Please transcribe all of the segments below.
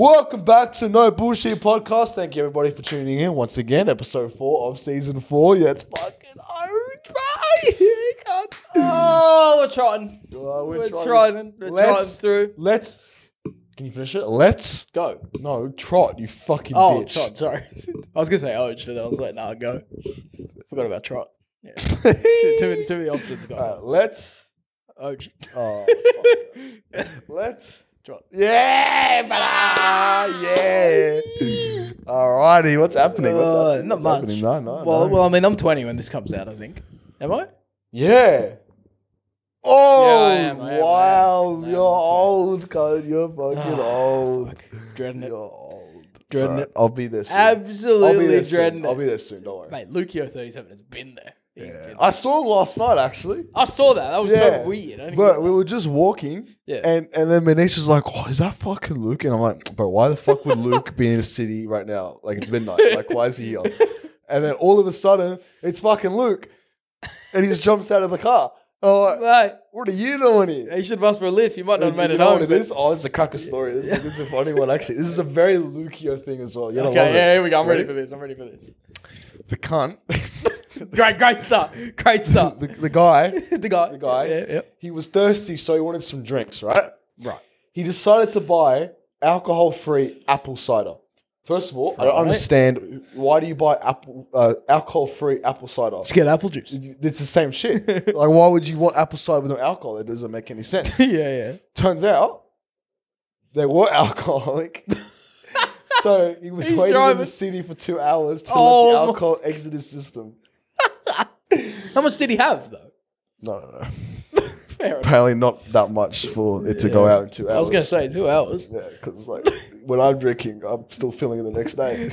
Welcome back to No Bullshit Podcast. Thank you everybody for tuning in once again. Episode four of season four. Yeah, it's fucking Orange Can't. Oh, we're trotting. Oh, We're, trotting. We're trotting Let's, through. let's. Can you finish it? Let's Go. no trot. You fucking Oh, bitch. trot. Sorry, I was gonna say ouch, but then I was like, nah, go. Forgot about trot. Yeah. too, too many, too many options. Go. Alright, Uh, let's. ouch. Oh, let's. Trot. Yeah, brother. Yeah. Alrighty, what's happening? What's Uh, happening? not What's much. happening? No, no. Well, no. well, I mean, I'm 20 when this comes out. I think. Am I? Yeah. Oh I am, I am, I am. wow! I am You're too. old, code. You're fucking Ah, old. fuck. Dreading it. You're old. Dreading Sorry, it. I'll be there soon. I'll be Absolutely there soon. dreading I'll be it. there soon. Don't worry. Mate, Lucio 37 has been there. He's been- I saw him last night actually, I saw that. That was Yeah. so weird. I didn't but we were just walking, Yeah. and and then Manisha's like, "Oh, is that fucking Luke?" And I'm like, "Bro, why the fuck would Luke be in a city right now? Like it's midnight. Like why is he here?" And then all of a sudden, it's fucking Luke, and he just jumps out of the car. Oh, get- Like, what are you doing here? he should have asked for a lift. He might not have You made it know home. what it but- is? Oh, it's a cracker story. This, is, this is a funny one, actually. This is a very Lucio thing as well. You're gonna Okay, love yeah, it. here we go. I'm ready Ready? for this. I'm ready for this. The cunt, Great, great start. Great start. the, the guy, the guy. the guy, Yeah, yeah. he was thirsty, so he wanted some drinks, right? Right. He decided to buy alcohol free apple cider. First of all, I don't Right. understand why do you buy apple uh, alcohol free apple cider? Let's get apple juice. It's the same shit. like, why would you want apple cider with no alcohol? That doesn't make any sense. yeah, yeah. Turns out they were alcoholic. so he was He's waiting in the driving. city for two hours to Oh let the my- alcohol exit his system. How much did he have though? No, no, no. Fair enough. Apparently not that much for it to go Yeah. out in two hours. I was gonna say two hours. Yeah, because like when I'm drinking, I'm still feeling it the next day.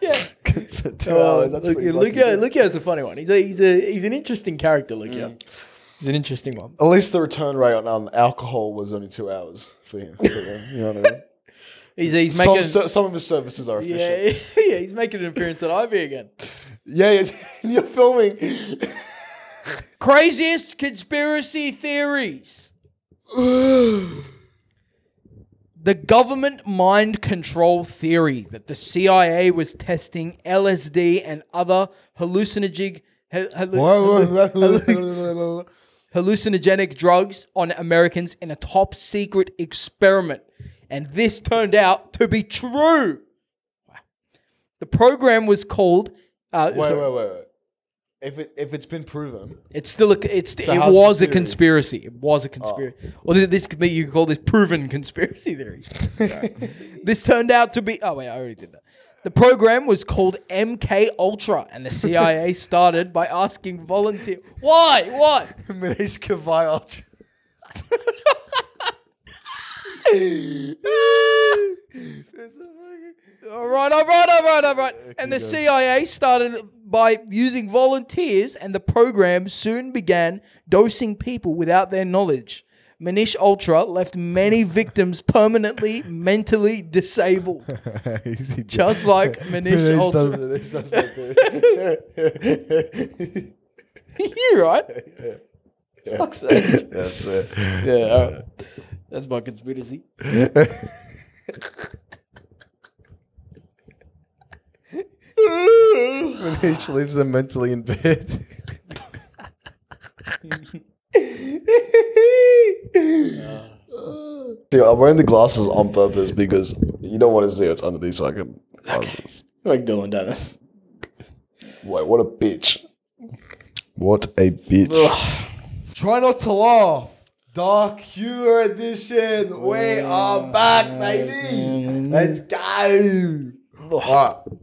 Yeah. so two Uh, hours, that's Luke, pretty Luke, lucky. uh, Lucio's a funny one. He's a, he's a he's an interesting character, Lucio. Mm. He's an interesting one. At least the return rate on, on alcohol was only two hours for him. So, yeah, you know what I mean? He's he's Some, making ser- some of his services are efficient. yeah, yeah, he's making an appearance at Ivy again. Yeah, yeah, you're filming. Craziest conspiracy theories. the government mind control theory that the CIA was testing LSD and other hallucinogenic hal- hal- hal- hallucinogenic drugs on Americans in a top secret experiment. And this turned out to be true. Wow. The program was called uh, Wait, sorry. wait, wait, wait. If it if it's been proven, It's still a. It's it how's the was a theory? Oh. conspiracy. It was a conspiracy. Well, th- this could be you could call this proven conspiracy theory. this turned out to be. Oh wait, I already did that. The program was called MK Ultra, and the CIA started by asking volunteer. Why? Why? Manish Kavai All right, all right, all right, all right. And the CIA started by using volunteers, and the program soon began dosing people without their knowledge. Manish Ultra left many victims permanently mentally disabled. Just like Manish Ultra. Manish does it. you right? Fuck's sake. That's it. Yeah, all right. that's my conspiracy. Manish leaves them mentally in bed. Dude, I'm wearing the glasses on purpose because you don't want to see what's under these fucking glasses. Like Dylan Dennis. Wait, what a bitch. What a bitch. Try not to laugh. Dark humor edition. We are back, baby. Let's go. All right.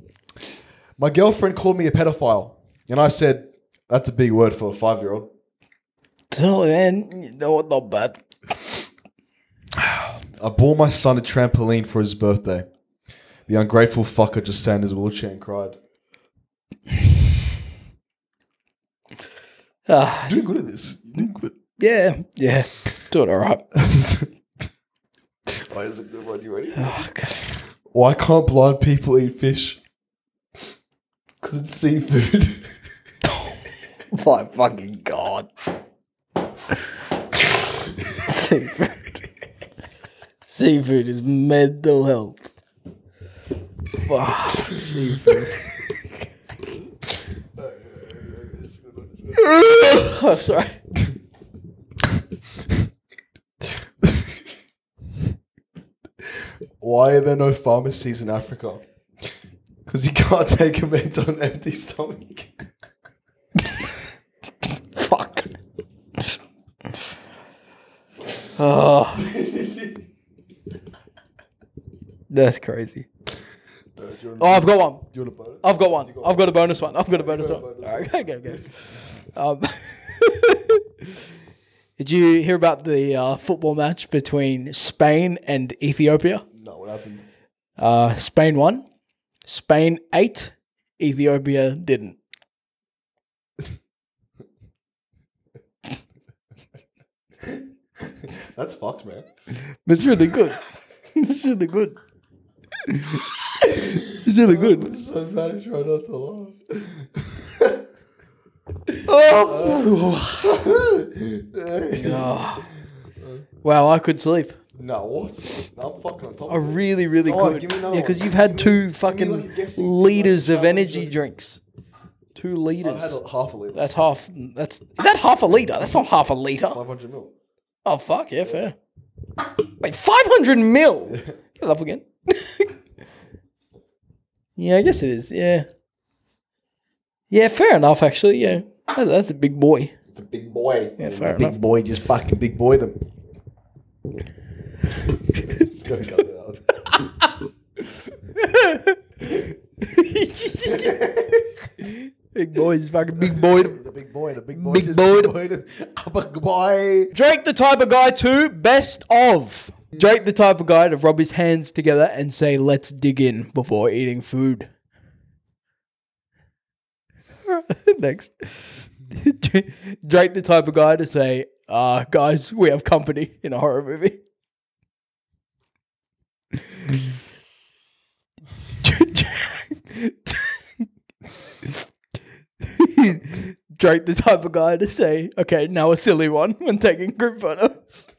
My girlfriend called me a pedophile, and I said, That's a big word for a five year old. Till then, you know what? Not bad. I bought my son a trampoline for his birthday. The ungrateful fucker just sat in his wheelchair and cried. Ah, You're doing good at this. You're doing good. yeah, yeah. Do it all right. Oh, that's a good one. You ready? Oh, God. Why can't blind people eat fish? Because it's seafood. My fucking god. Seafood. Seafood is mental health. Fuck seafood. oh, sorry. Why are there no pharmacies in Africa? Because you can't take a mint on an empty stomach. Fuck. Oh. That's crazy. Uh, do you want Oh, I've got one. do you want a bonus? I've got one. I've got a bonus one. I've got a bonus got one. a All bonus right, go, go, go. Um, did you hear about the uh, football match between Spain and Ethiopia? No, what happened? Uh, Spain won. Spain ate. Ethiopia didn't. That's fucked, man. It's really good. it's really good. it's really good. It's so bad. I try not to laugh. Ah. Oh. Wow, I could sleep. no, what? No, I'm fucking on top. I of it. really, really Oh, could. give me Yeah, another because one. you've had two like, fucking a guessing- liters like, of how energy much- drinks. Two I had liters. a, half a liter. That's half. That's is that half a liter? That's not half a liter. 500 mil. Oh fuck yeah, fair. Wait, five hundred mil. Get it up again. yeah, I guess it is. Yeah. Yeah, fair enough. Actually, yeah, that's, that's a big boy. It's a big boy. Yeah, fair big enough. boy just fucking big boy them. just gonna cut that out. Big boy is fucking big boy. The big boy, the big boy. Big just boy. Big boy. them. I'm a boy. Drake the type of guy too. Best of. Drake the type of guy to rub his hands together and say, "Let's dig in" before eating food. Next, Dra- Drake the type of guy to say, uh, "Guys, we have company in a horror movie." Drake the type of guy to say, okay, now a silly one when taking group photos.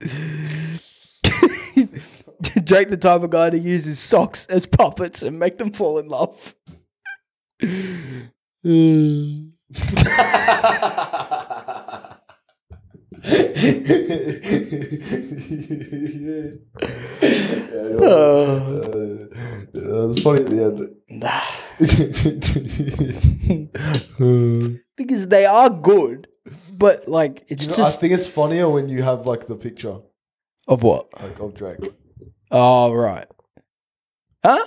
Drake the type of guy to use his socks as puppets and make them fall in love. Mm. Uh, it was funny at the end. because they are good, but like it's You know, I just think it's funnier when you have like the picture of what? like of Drake. Oh right. Huh?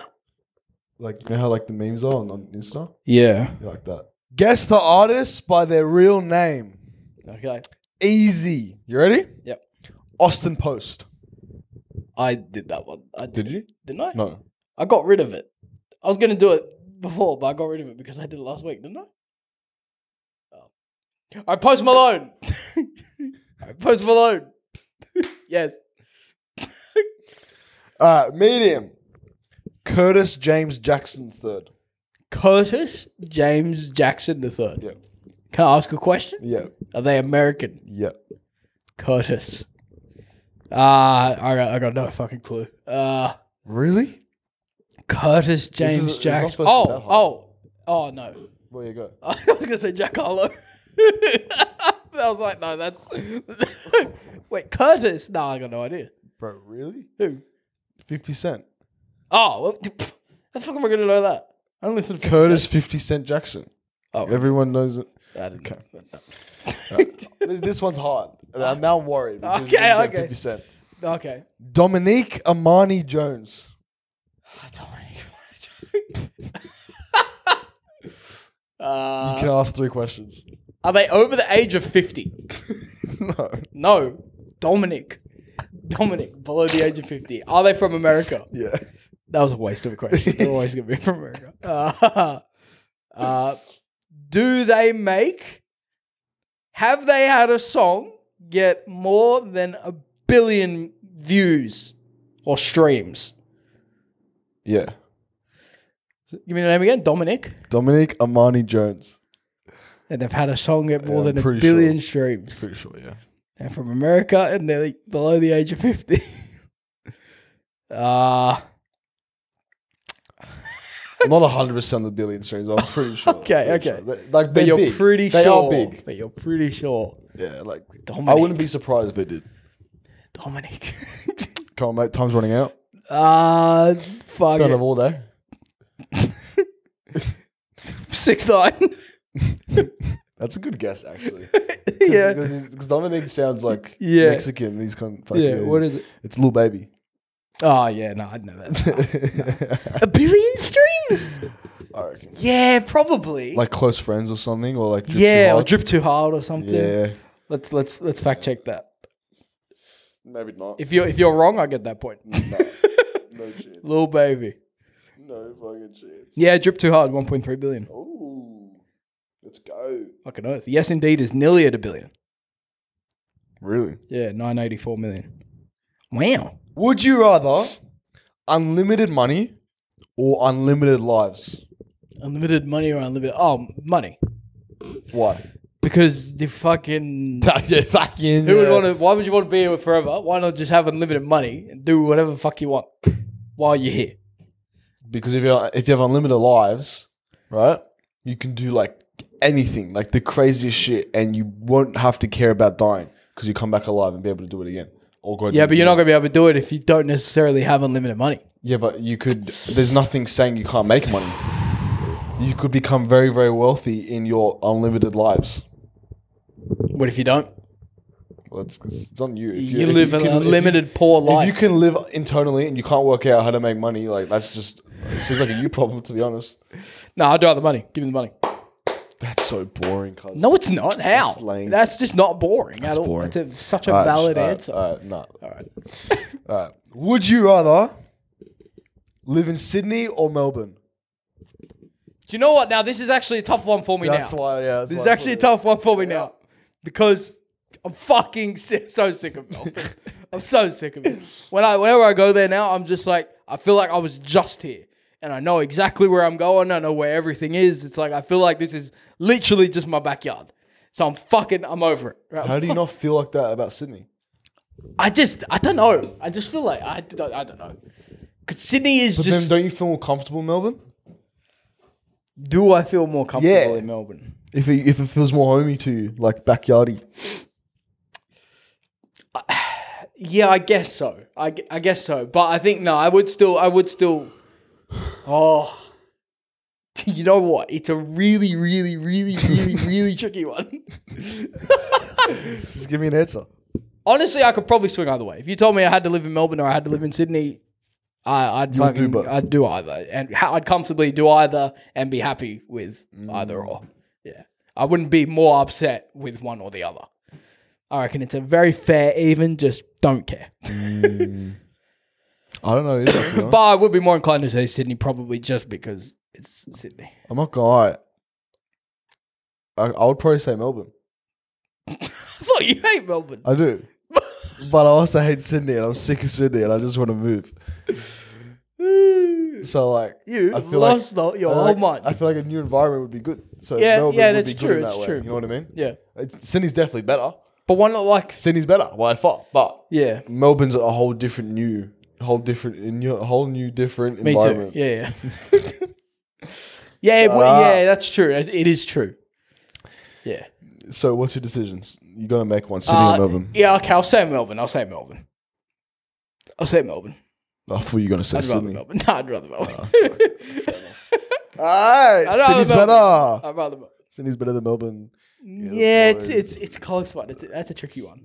Like you know how like the memes are on, on Insta? Yeah. You like that. Guess the artist by their real name. Okay. Easy. You ready? Yep. Austin Post. I did that one. I did, you? didn't I? No. I got rid of it. I was gonna do it before, but I got rid of it because I did it last week, didn't I? Oh. I post Malone. I post Malone. yes. All right, medium. Curtis James Jackson third. Curtis James Jackson the third. Yeah. Can I ask a question? Yeah. Are they American? Yeah. Curtis. Ah, I got I got no fucking clue. Uh Really? Curtis is- James it's not Jackson. supposed to be that Oh, hard. oh, oh no. Where you go? I was gonna say Jack Harlow. I was like, no, that's wait Curtis. No, I got no idea. Bro, really? Who? 50 Cent. Oh, well, pff, how the fuck am I gonna know that? I don't listen to 50 Curtis Cent. 50 Cent Jackson. Oh. Everyone knows it. I didn't know. Th- this one's hard. And I'm now worried. because Okay, you didn't okay. get 50 Cent. Okay. Dominique Amani Jones. I don't wanna- Uh, You can ask three questions. are they over the age of fifty? no. No, Dominic. Dominic, below the age of fifty. Are they from America? Yeah. That was a waste of a question. They're always going to be from America. Uh, uh, do they make, have they had a song get more than a billion views or streams? Yeah. Give me the name again, Dominic. Dominique Amani Jones. And they've had a song get more Yeah, I'm than a pretty billion streams. Pretty sure, yeah. They're from America and they're like below the age of 50. uh, I'm not 100 percent the billion streams. I'm pretty sure. Okay, Pretty okay. sure. They- Like but they're you're big. pretty They sure. are big. But you're pretty sure. Yeah, like I Dominic. wouldn't be surprised if they did. Dominic. Come on, mate. Time's running out. uh, fuck. Don't have all day. 6 9 That's a good guess, actually. Yeah. because Dominic sounds like Yeah. Mexican. He's kind of Yeah, what is it? It's little baby. Oh, yeah, no, I'd know that. A billion streams? I reckon. Yeah, probably. Like close friends or something, or like drip too yeah, or hard. drip too hard or something. yeah, Let's let's let's fact check that. maybe not. If you're if you're wrong, I get that point. No chance. Little baby. No fucking chance. Yeah, drip too hard, 1.3 billion. Ooh, let's go. Fucking earth. Yes, indeed, is nearly at a billion. Really? Yeah, 984 million. Wow. Would you rather unlimited money or unlimited lives? Unlimited money or unlimited? Oh, money. Why? Because the fucking. fucking. Who would want to? Why would you want to be here forever? Why not just have unlimited money and do whatever the fuck you want while you're here? Because if you if you have unlimited lives, right, you can do like anything, like the craziest shit, and you won't have to care about dying because you come back alive and be able to do it again. Or go Yeah, but you're not gonna be able to do it if you don't necessarily have unlimited money. Yeah, but you could. There's nothing saying you can't make money. You could become very, very wealthy in your unlimited lives. What if you don't? Well, it's, it's on you. If You, if live an can- if you- unlimited poor If you, life. can live internally and you can't work out how to make money, like that's just it seems like a you problem to be honest. no, I'd rather money. Give me the money. That's so boring. Cause No, it's not. How? That's lame. That's just not boring at all. boring. That's a, such a valid answer. All right, no. All right. all right. Would you rather live in Sydney or Melbourne? Do you know what? Now this is actually a tough one for me That's now. why. Yeah. That's this why is I actually a put it. tough one for me now because I'm fucking si- so sick of Melbourne. I'm so sick of it. When I whenever I go there now, I'm just like I feel like I was just here and I know exactly where I'm going. I know where everything is. It's like I feel like this is literally just my backyard. So I'm fucking I'm over it. Right? How do you not feel like that about Sydney? I just I don't know. I just feel like I don't, I don't know. Cause Sydney is But just. then, don't you feel more comfortable in Melbourne? do I feel more comfortable Yeah. in Melbourne? If it, if it feels more homey to you, like backyardy. Yeah, I guess so. I, gu- I guess so. But I think no, I would still I would still Oh. You know what? It's a really really really really really tricky one. Just give me an answer. Honestly, I could probably swing either way. If you told me I had to live in Melbourne or I had to live in Sydney, I, I'd would do fucking, both. I'd do either, and ha- I'd comfortably do either and be happy with either or. Mm. Yeah, I wouldn't be more upset with one or the other. I reckon it's a very fair even. Just don't care. Hmm. I don't know. Either, to be honest. But I would be more inclined to say Sydney probably just because it's Sydney. I'm not gonna lie. I, I would probably say Melbourne. I thought you hate Melbourne. I do. but I also hate Sydney and I'm sick of Sydney and I just want to move. So like You I feel like- lost the, your I whole like- mind. I feel like a new environment would be good. So Yeah, Melbourne yeah, would that's be good true, in that it's way. true. You know what I mean? yeah, It- Sydney's definitely better. but why not like Sydney's better by far, but yeah? Melbourne's a whole different new, whole different, a new, a whole new different Me too. environment. Yeah, yeah. yeah, well, Ah. yeah, that's true. It, it is true. Yeah. So what's your decisions? You're gonna make one Sydney Uh, or Melbourne? Yeah, okay, I'll say Melbourne. I'll say Melbourne. I'll say Melbourne. I thought you were gonna say I'd rather Sydney. Ah, Melbourne. No, I'd rather Melbourne. Alright, I'd rather Sydney's Melbourne. better. I'd rather Melbourne. Sydney's better than Melbourne. Yeah, boys. it's, it's it's a close one. It's a, that's a tricky one.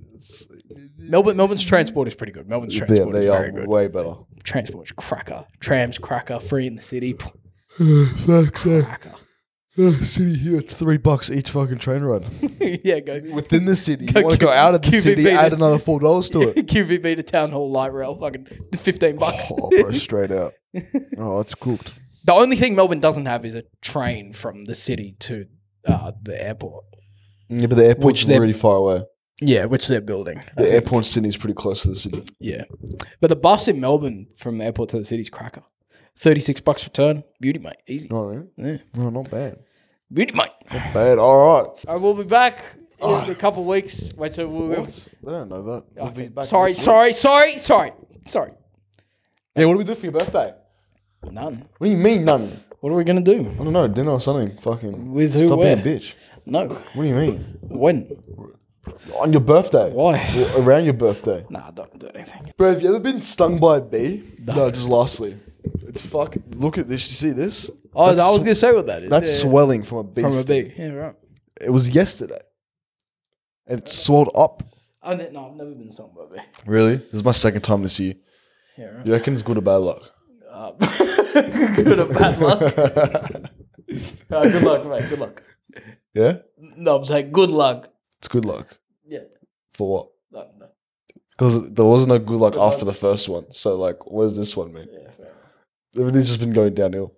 Melbourne Melbourne's transport is pretty good. Melbourne's Yeah, transport is they very are good. way better. Transport's cracker. Trams cracker. Free in the city. Fuck Cracker. City here, it's three bucks each fucking train ride yeah, go. within the city. You Go want to go Q- out of the QVB city, then. add another four dollars to it. QVB to Town Hall light rail. Fucking fifteen bucks. Oh, bro, straight out. Oh, it's cooked. The only thing Melbourne doesn't have is a train from the city to uh, the airport. Yeah, but the airport's Which they- really far away. Yeah, which they're building. I The think. airport in Sydney is pretty close to the city. Yeah. But the bus in Melbourne from the airport to the city's cracker. 36 bucks return. Beauty, mate. Easy. You know what I mean? Yeah. No, not bad. Beauty, mate. Bad. All right. All right, we'll be back in a couple of weeks. Wait, so we'll, we'll, They don't know that. Ah. We'll be okay. back sorry, next week. sorry, sorry, sorry, sorry. Yeah, what do we do for your birthday? None. What do you mean none? What are we gonna do? I don't know, dinner or something. Fucking. With who, Stop where? being a bitch. No. What do you mean? When? On your birthday. Why? Or around your birthday. Nah, don't do anything. Bro, have you ever been stung by a bee? No, just lastly. It's fuck. Look at this. You see this? Oh, That's I was sw- gonna say what that is. That's Yeah, swelling from a bee. from a sting. bee. Yeah, right. It was yesterday. And it swelled up. Oh, no, no, I've never been stung by a bee. Really? This is my second time this year. Yeah, right. You reckon it's good or bad luck? Um, good or bad luck? Uh, good luck, mate. Good luck. Yeah? No, I'm saying good luck. It's good luck. Yeah. For what? No, no. Because there was no good luck after the first one. So, like, what does this one mean? Yeah, fair enough. Everything's just been going downhill.